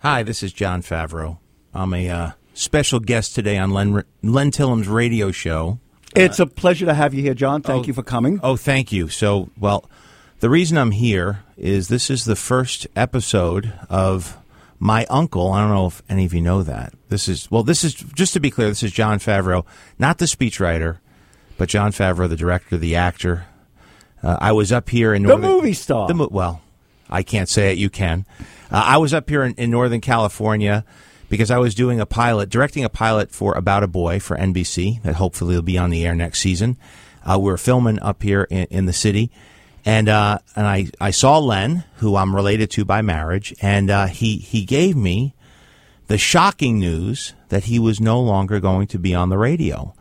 Hi, this is John Favreau. I'm a uh, special guest today on Len, Len Tillum's radio show. It's a pleasure to have you here, John. Thank you for coming. Oh, thank you. So, well, the reason I'm here is this is the first episode of my uncle. I don't know if any of you know that. This is well, this is just to be clear. This is John Favreau, not the speechwriter, but John Favreau, the director, the actor. Uh, I was up here in The movie star. The mo- well, I can't say it. You can. Uh, I was up here in, in Northern California because I was doing a pilot, directing a pilot for About a Boy for NBC that hopefully will be on the air next season. Uh, we were filming up here in, in the city, and uh, and I, I saw Len, who I'm related to by marriage, and uh, he he gave me the shocking news that he was no longer going to be on the radio.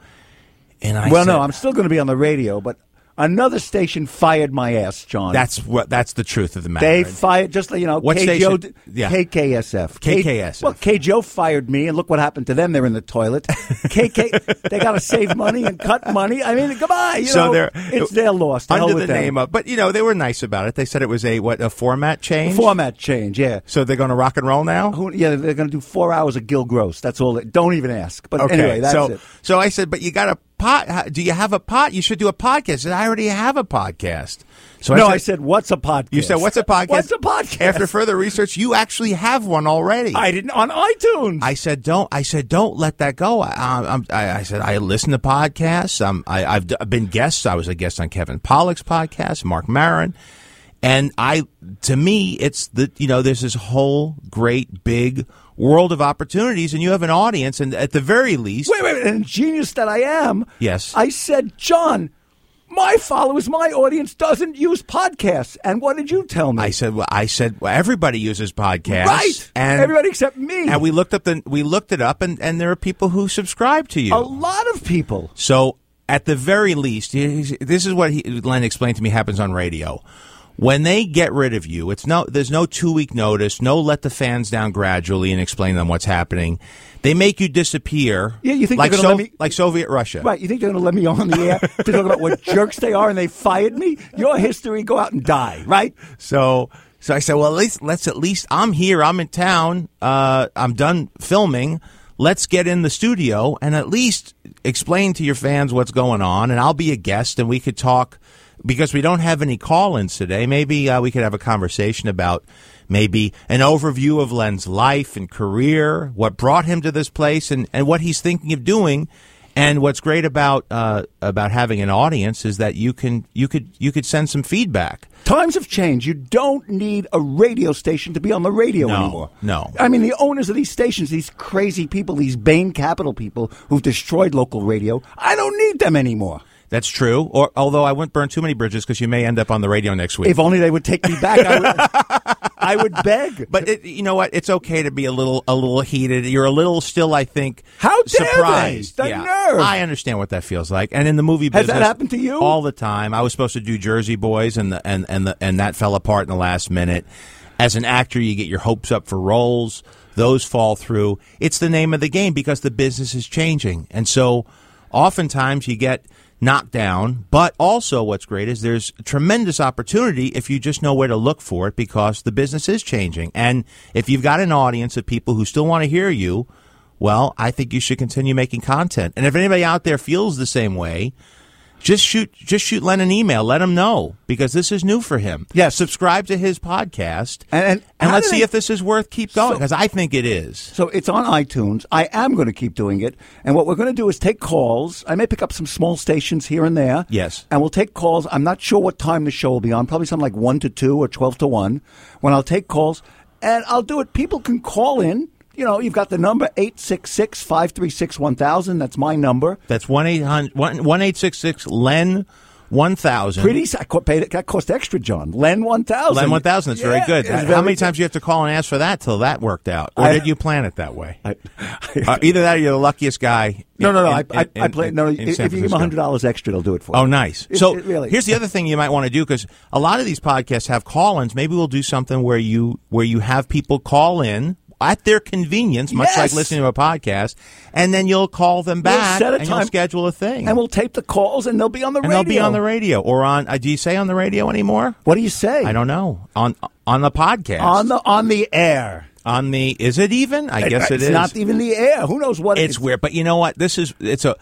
And I well, said, no, I'm still going to be on the radio, but another station fired my ass, John. that's what that's the truth of the matter. they fired just like you know What KJO, station? Yeah. KKSF K- KKSF. Well, KJO fired me, and look what happened to them. They're in the toilet. KK, they got to save money and cut money. I mean, goodbye. You so know, they're it's their loss. To hell under with the them. name of, but you know they were nice about it. They said it was a what a format change. format change. Yeah. So they're going to rock and roll now. Who, yeah, they're going to do four hours of Gil Gross. That's all. They, don't even ask. But Okay, anyway, that's so it. so I said, but you got a pot? how- Do you have a pot? You should do a podcast. I said, I already have a podcast. So no, I said, what's a podcast? you said, what's a podcast? What's a podcast? After further research, you actually have one already. I didn't on iTunes. I said, don't. I said, don't let that go. I, I, I'm- I, I said, I listen to podcasts. I'm, I, I've d- been guests. I was a guest on Kevin Pollock's podcast, Mark Maron, and I. To me, it's the you know, there's this whole great big world of opportunities, and you have an audience, and at the very least, wait, wait, wait, and genius that I am. Yes. I said, John, my followers, my audience doesn't use podcasts. And what did you tell me? I said, well, I said, well, everybody uses podcasts, right. And Everybody except me. and we looked up the we looked it up, and and there are people who subscribe to you. a lot of people. So at the very least, he's- this is what he, Len explained to me happens on radio. When they get rid of you, it's no there's no two week notice, no let the fans down gradually and explain to them what's happening. They make you disappear. Yeah, you think like they're gonna Sov- let me- like Soviet Russia. Right, you think they're going to let me on the air to talk about what jerks they are and they fired me? Your history, go out and die, right? So so I said, well, at least let's at least I'm here. I'm in town. Uh, I'm done filming. Let's get in the studio and at least explain to your fans what's going on. And I'll be a guest, and we could talk because we don't have any call-ins today. Maybe uh, we could have a conversation about maybe an overview of Len's life and career, what brought him to this place, and and what he's thinking of doing. And what's great about uh, about having an audience is that you can you could you could send some feedback. Times have changed. You don't need a radio station to be on the radio No, anymore. no. I mean, the owners of these stations, these crazy people, these Bain Capital people who've destroyed local radio, I don't need them anymore. That's true. Or although I wouldn't burn too many bridges because you may end up on the radio next week. If only they would take me back, I would, I would beg. but it, you know what? It's okay to be a little a little heated. You're a little still, I think. How dare they? surprised? The yeah. nerve. I understand what that feels like. And in the movie Has business, that happened to you? all the time? I was supposed to do Jersey Boys, and the, and and the, and that fell apart in the last minute. As an actor, you get your hopes up for roles; those fall through. It's the name of the game because the business is changing, and so oftentimes you get knocked down. But also, what's great is there's tremendous opportunity if you just know where to look for it because the business is changing, and if you've got an audience of people who still want to hear you. Well, I think you should continue making content. And if anybody out there feels the same way, just shoot just shoot Len an email let him know because this is new for him Yes. subscribe to his podcast And- and how let's do see they- if this is worth keep going So- because i think it is So it's on iTunes. I am going to keep doing it. And what we're going to do is take calls. I may pick up some small stations here and there. Yes. And we'll take calls. I'm not sure what time the show will be on. Probably something like 1 to 2 or 12 to 1 when I'll take calls. And I'll do it. People can call in. You know, you've got the number 866 536 1000. That's my number. that's 1866 len 1000 Pretty, s- I co- paid it. That cost extra, John. Len 1000. len 1000 that's very Yeah, good it's how very many good. times do you have to call and ask for that till that worked out or I- did you plan it that way I- Uh, either that or you're the luckiest guy No, in- no, no. in- I, I, in- I play. in- No, no, in if San if you give Francisco. them hundred dollars extra, they'll do it for you. Oh, nice. It- so it really. here's the other thing you might want to do because a lot of these podcasts have call-ins. Maybe we'll do something where you where you have people call in at their convenience, much like Yes. listening to a podcast, and then you'll call them back set a and time- you'll schedule a thing, and we'll tape the calls, and they'll be on the And radio. they'll be on the radio or on. Uh, do you say on the radio anymore? What do you say? I don't know on on the podcast On the on the air. on the. Is it even? I guess it it's is. not even the air. Who knows what it's weird, but you know what? This is it's a.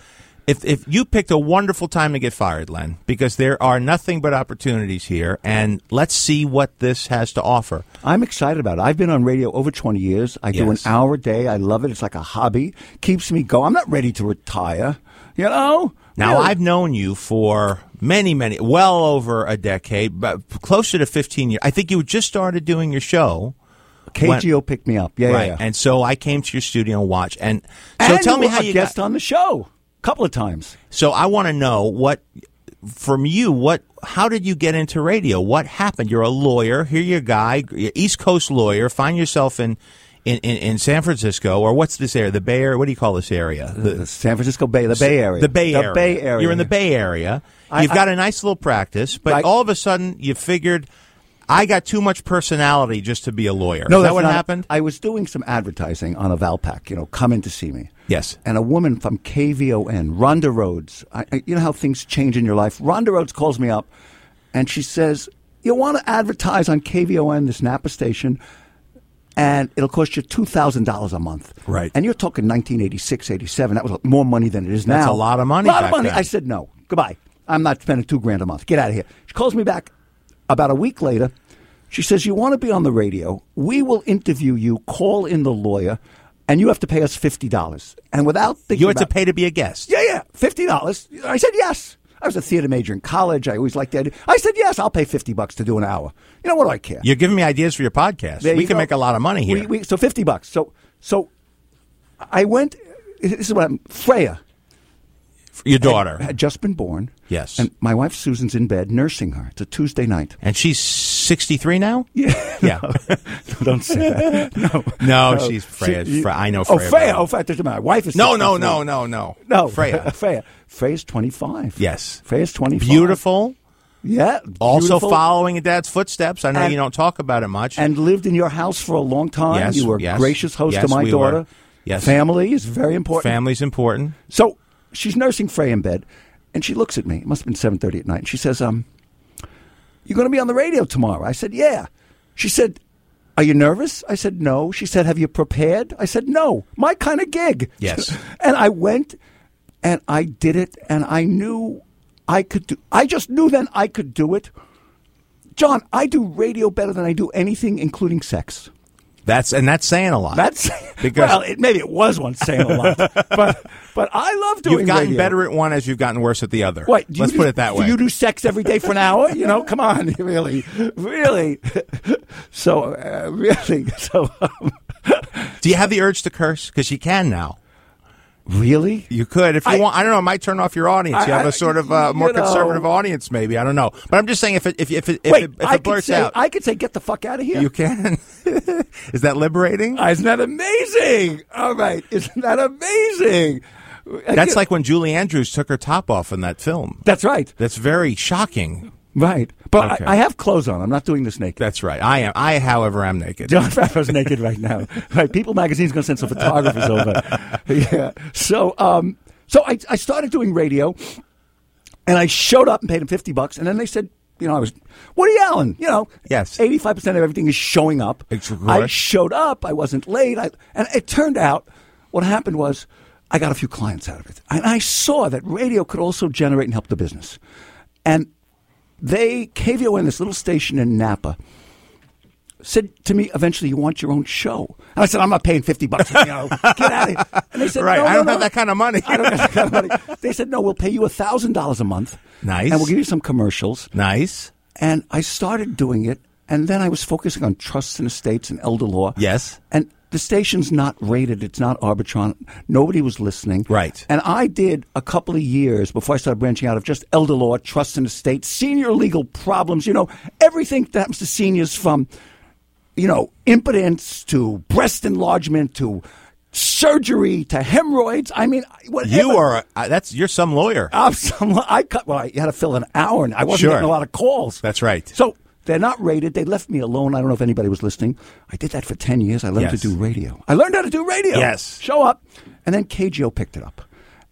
If, if you picked a wonderful time to get fired, Len, because there are nothing but opportunities here, and let's see what this has to offer. I'm excited about it. I've been on radio over 20 years. I do an Yes. hour a day. I love it. It's like a hobby. Keeps me going. I'm not ready to retire. You know? Now, Really. I've known you for many, many, well over a decade, but closer to 15 years. I think you just started doing your show. KGO picked me up. Yeah, right. yeah. yeah. And so I came to your studio and watched. And so And tell me were how a you got- guest on the show a couple of times. So I want to know what from you what how did you get into radio? What happened? You're a lawyer. Here you're a guy, you're East Coast lawyer. Find yourself in in, in, in San Francisco or what's this area? The Bay Area. What do you call this area? The San Francisco Bay, the Bay Area. The Bay Area. The Bay Area. You're in the Bay Area. I- You've I- got a nice little practice, but Right. all of a sudden you figured I got too much personality just to be a lawyer. No, Is that that's what not- happened? I was doing some advertising on a Valpak, you know, come in to see me. Yes. And a woman from KVON, Rhonda Rhodes, I, I, you know how things change in your life. Rhonda Rhodes calls me up and she says, You want to advertise on KVON, this Napa station, and it'll cost you $2,000 a month. Right. And you're talking 1986, 87. That was more money than it is now. That's a lot of money lot back of money. then. I said, No, goodbye. I'm not spending two grand a month. Get out of here. She calls me back about a week later. She says, You want to be on the radio? We will interview you, call in the lawyer, and you have to pay us $50. And without thinking You had to about- pay to be a guest. yeah, yeah, fifty dollars. I said yes. I was a theater major in college. I always liked that. I said yes. I'll pay fifty bucks to do an hour. You know what do I care? You're giving me ideas for your podcast. There we you can go. make a lot of money here. We, we, so fifty bucks. So so, I went. This is what I'm. Freya your daughter. had just been born. Yes. and my wife Susan's in bed nursing her. It's a Tuesday night. And she's 63 now? Yeah. Yeah. Don't say that. No, No, she's Freya. She- you- Fre- I know Oh, Freya Freya. better. Oh, Freya. Doesn't matter. Wife is no, no, 63. no, no, no. no. Freya. Freya. Freya's twenty five. Yes. Freya's twenty five. Beautiful. Yeah. Also beautiful. following in dad's footsteps. I know And- you don't talk about it much. and lived in your house for a long time. Yes, you were a yes, gracious host yes, to my we were. daughter. Yes. Family is very important. Family's important. so she's nursing Frey in bed, and she looks at me. It must have been seven thirty at night. And she says, "Um, you're going to be on the radio tomorrow." I said, "Yeah." She said, "Are you nervous?" I said, "No." She said, "Have you prepared?" I said, "No." My kind of gig. Yes. and I went, and I did it, and I knew I could do. I just knew then I could do it. John, I do radio better than I do anything, including sex. That's and that's saying a lot. That's Because- well, it, maybe it was once saying a lot, but but I love doing. you've gotten radio. better at one as you've gotten worse at the other. Wait, do you Let's do- put it that do way. You do sex every day for an hour. You know, come on, really, really. So uh, really, so um, Do you have the urge to curse? Because you can now. really. You could if you I- want. I don't know. It might turn off your audience. you I- have I- a sort of uh, you more know. conservative audience, maybe. I don't know. But I'm just saying, if it if if it, if Wait, it, if I it could blurts say out, I could say get the fuck out of here. you can. Is that liberating? Ah, Isn't that amazing? All right, isn't that amazing? I That's get- like when Julie Andrews took her top off in that film. that's right, That's very shocking. right. But Okay. I, I have clothes on. I'm not doing this naked. That's right. I am. I, however, am naked. John Favreau's naked right now. Right, People Magazine's going to send some photographers over. Yeah. So, um, so I, I started doing radio, and I showed up and paid him fifty bucks, and then they said, you know, I was Woody Allen. You know, Yes. eighty five percent of everything is showing up. It's correct. I showed up. I wasn't late. I, and it turned out what happened was I got a few clients out of it, and I saw that radio could also generate and help the business, and. They KVON, this little station in Napa, said to me eventually, "You want your own show?" And I said, "I'm not paying fifty bucks. You know, get out of here." And they said, Right. "No, I no, don't no." have that kind of money. I don't have that kind of money." They said, "No, we'll pay you a thousand dollars a month. Nice. and we'll give you some commercials." nice. And I started doing it, and then I was focusing on trusts and estates and elder law. Yes. and the station's not rated; it's not Arbitron. Nobody was listening. Right. And I did a couple of years before I started branching out of just elder law, trusts and estates, senior legal problems. You know, everything that happens to seniors from you know, impotence to breast enlargement to surgery to hemorrhoids. I mean, whatever. You are. A, that's. You're some lawyer. I'm some, I cut. Well, I had to fill an hour, and I wasn't Sure. getting a lot of calls. That's right. So they're not rated. They left me alone. I don't know if anybody was listening. I did that for ten years. I learned Yes. to do radio. I learned how to do radio. Yes. Show up, and then KGO picked it up,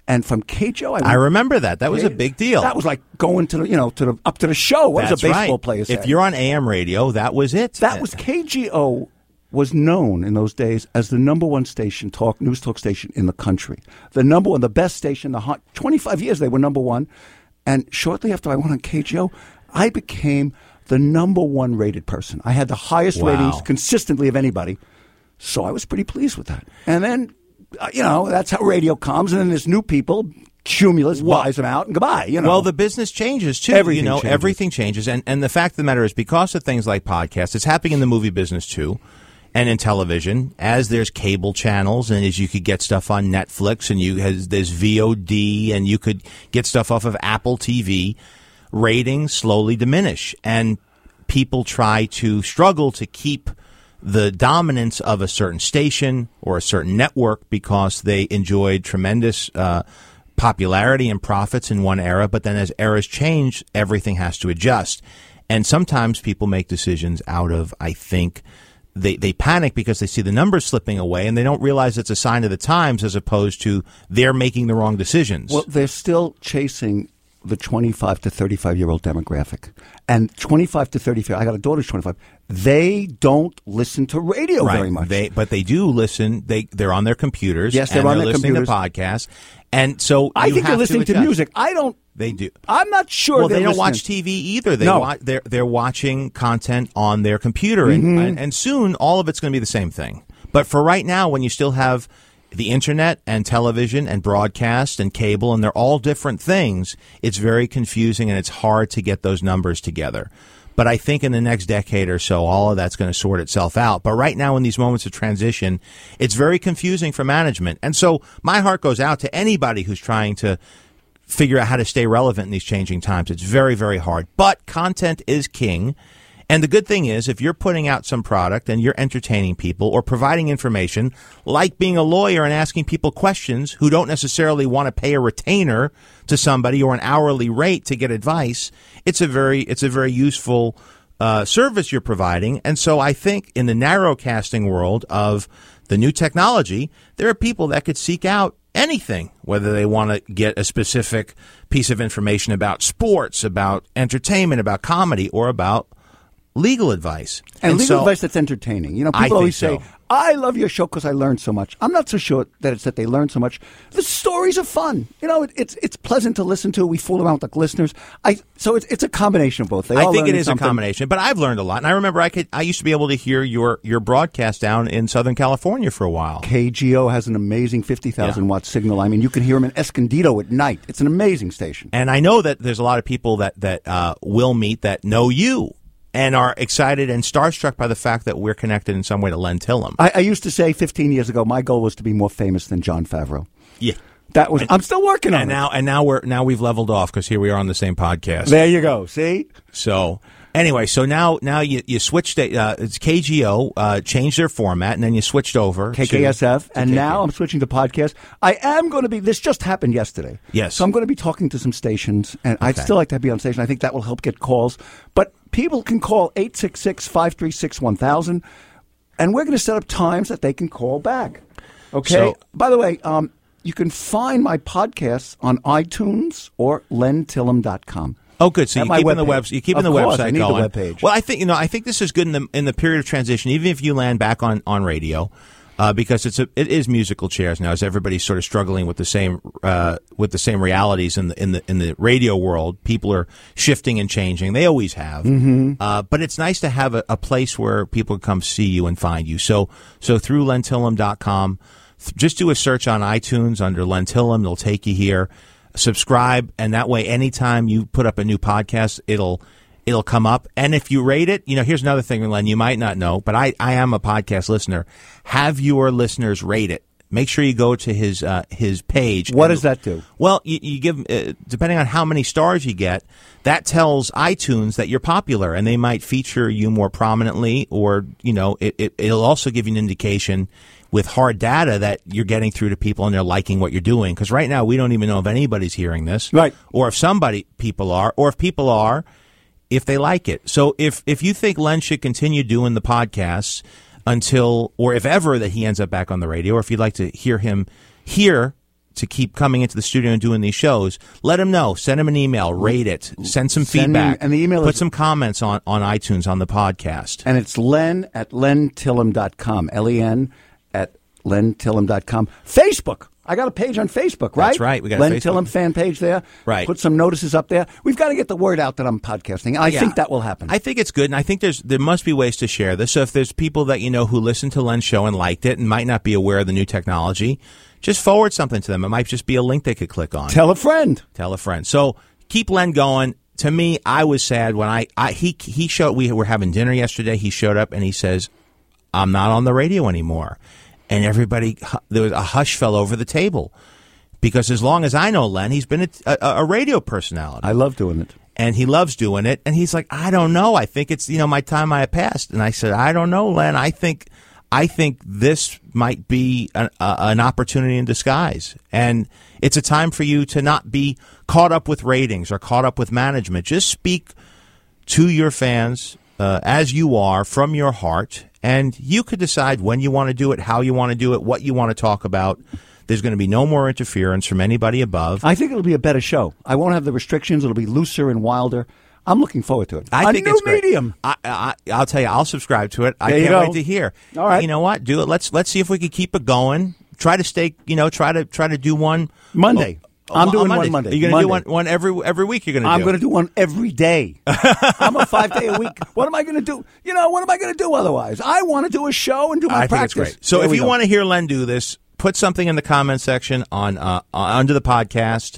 and from KGO, I, went I remember that. That was a big deal. That was like going to the you know to the up to the show. What That's does a baseball right. player say? If you're on AM radio, that was it. That was KGO was known in those days as the number one station talk news talk station in the country. The number one, the best station. The hot, twenty five years they were number one, and shortly after I went on KGO, I became the number one rated person. I had the highest Wow. ratings consistently of anybody, so I was pretty pleased with that. And then, uh, you know, that's how radio comes. And then there's new people. Cumulus buys them out and goodbye. You know, Well, the business changes too. Everything you know, changes. everything changes, and and the fact of the matter is, because of things like podcasts, it's happening in the movie business too, and in television. As there's cable channels, and as you could get stuff on Netflix, and you has there's VOD, and you could get stuff off of Apple TV. Ratings slowly diminish, and people try to struggle to keep the dominance of a certain station or a certain network because they enjoyed tremendous uh, popularity and profits in one era. But then as eras change, everything has to adjust. And sometimes people make decisions out of, I think, they, they panic because they see the numbers slipping away and they don't realize it's a sign of the times as opposed to they're making the wrong decisions. Well, they're still chasing the 25 to 35 year old demographic. And 25 to 35, I got a daughter who's 25. They don't listen to radio right. very much. They, but they do listen. They they're on their computers. Yes, they're and on they're their listening computers. to podcasts. And so I you think they're have listening to, adjust. music. I don't. They do. I'm not sure. well, they they're don't listening. watch TV either. They No. wa- they're they're watching content on their computer, and, Mm-hmm. and and soon all of it's going to be the same thing. But for right now, when you still have the internet and television and broadcast and cable, and they're all different things, it's very confusing and it's hard to get those numbers together. But I think in the next decade or so, all of that's going to sort itself out. But right now, in these moments of transition, it's very confusing for management. And so my heart goes out to anybody who's trying to figure out how to stay relevant in these changing times. It's very, very hard. But content is king. And the good thing is, if you're putting out some product and you're entertaining people or providing information, like being a lawyer and asking people questions who don't necessarily want to pay a retainer to somebody or an hourly rate to get advice, it's a very, it's a very useful uh, service you're providing. And so I think in the narrow casting world of the new technology, there are people that could seek out anything, whether they want to get a specific piece of information about sports, about entertainment, about comedy, or about legal advice. And, legal so- advice that's entertaining. You know, I people always say, think so. I love your show because I learned so much. I'm not so sure that it's that they learn so much. The stories are fun. You know, it, it's it's pleasant to listen to. We fool around with the listeners. I So it's, it's a combination of both. They I all think it learning is a something. combination, but I've learned a lot. And I remember I could I used to be able to hear your your broadcast down in Southern California for a while. KGO has an amazing 50,000 Yeah. watt signal. I mean, you can hear them in Escondido at night. It's an amazing station. And I know that there's a lot of people that that uh, will meet that know you and are excited and starstruck by the fact that we're connected in some way to Len Tillum. I, I used to say 15 years ago, my goal was to be more famous than John Favreau. yeah. That was, I'm still working on And it. now and now we're now we've leveled off because here we are on the same podcast. there you go. See? So anyway, so now now you you switched it, uh, it's KGO uh, changed their format and then you switched over to- KKSF. to And KK. now I'm switching to podcast. I am going to be, this just happened yesterday. Yes. So I'm going to be talking to some stations, and I'd still like to be on station. I think that will help get calls. But people can call 866 536 1000, and we're going to set up times that they can call back. Okay. So- By the way, um, you can find my podcasts on iTunes or lentillum.com. Oh, good. So At you my keeping the webpage. webs you keeping Of the course, website I need the going. webpage. Well, I think you know I think this is good in the in the period of transition. Even if you land back on on radio, uh, because it's a it is musical chairs now. As everybody's sort of struggling with the same uh, with the same realities in the in the in the radio world, people are shifting and changing. They always have. Mm-hmm. Uh, but it's nice to have a, a place where people come see you and find you. So so through lentillum.com, th- just do a search on iTunes under lentillum. They'll take you here subscribe and that way anytime you put up a new podcast it'll it'll come up and if you rate it you know here's another thing len you might not know but i i am a podcast listener have your listeners rate it make sure you go to his uh, his page What And- does that do? well you, you give uh, depending on how many stars you get that tells itunes that you're popular and they might feature you more prominently or you know it, it, it'll also give you an indication with hard data that you're getting through to people and they're liking what you're doing. Because right now we don't even know if anybody's hearing this, Right. Or if somebody people are, or if people are, if they like it. So if if you think Len should continue doing the podcasts until or if ever that he ends up back on the radio, or if you'd like to hear him here to keep coming into the studio and doing these shows, let them know. Send them an email, rate it, send some Send me- feedback, and the email put is- some comments on on iTunes on the podcast. And it's len at lentillum.com. L E N at lentillum.com. Facebook. I got a page on Facebook, right? That's right. We got a Len Facebook. Tillum fan page there. Right. Put some notices up there. We've got to get the word out that I'm podcasting. I Yeah. think that will happen. I think it's good, and I think there's there must be ways to share this. So if there's people that you know who listened to Len's show and liked it and might not be aware of the new technology, just forward something to them. It might just be a link they could click on. Tell a friend. Tell a friend. So keep Len going. To me, I was sad when I, I he he showed we were having dinner yesterday. He showed up and he says, "I'm not on the radio anymore," and everybody hu- there was a hush fell over the table because as long as I know Len, he's been a, a, a radio personality I love doing it. and he loves doing it. And he's like, I don't know. I think it's you know my time I have passed. And I said, I don't know, Len. I think I think this might be an, a, an opportunity in disguise, and it's a time for you to not be caught up with ratings or caught up with management. Just speak to your fans uh, as you are from your heart, and you could decide when you want to do it, how you want to do it, what you want to talk about. There's going to be no more interference from anybody above. I think it'll be a better show. I won't have the restrictions. It'll be looser and wilder. I'm looking forward to it. I A think new it's great. medium. I, I, I'll tell you, I'll subscribe to it. I There you can't go. wait to hear. All right. you know what? Do it. Let's let's see if we can keep it going. Try to stay. You know, try to try to do one Oh, Monday. I'm doing one Monday. You're going to do one, Monday. one every every week. You're going to. I'm do. going to do one every day. I'm a five day a week. What am I going to do? You know, what am I going to do otherwise? I want to do a show and do my I think practice. it's great. So There if we you go. want to hear Len do this, put something in the comment section on uh, uh, under the podcast.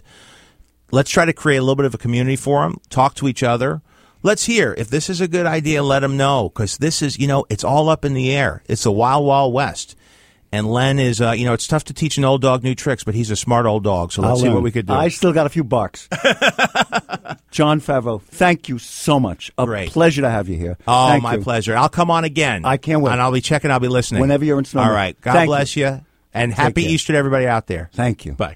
Let's try to create a little bit of a community for them. Talk to each other. Let's hear if this is a good idea. Let them know because this is you know it's all up in the air. It's the wild wild west. And Len is, uh, you know, it's tough to teach an old dog new tricks, but he's a smart old dog. So let's I'll see what learn. we could do. I still got a few bucks. John Favreau, thank you so much. A Great. pleasure to have you here. oh, Thank my you. pleasure. I'll come on again. I can't wait. And I'll be checking. I'll be listening Whenever you're in Snowmont. All right. God Thank you. bless you. And happy care. Easter to everybody out there. Thank you. Bye.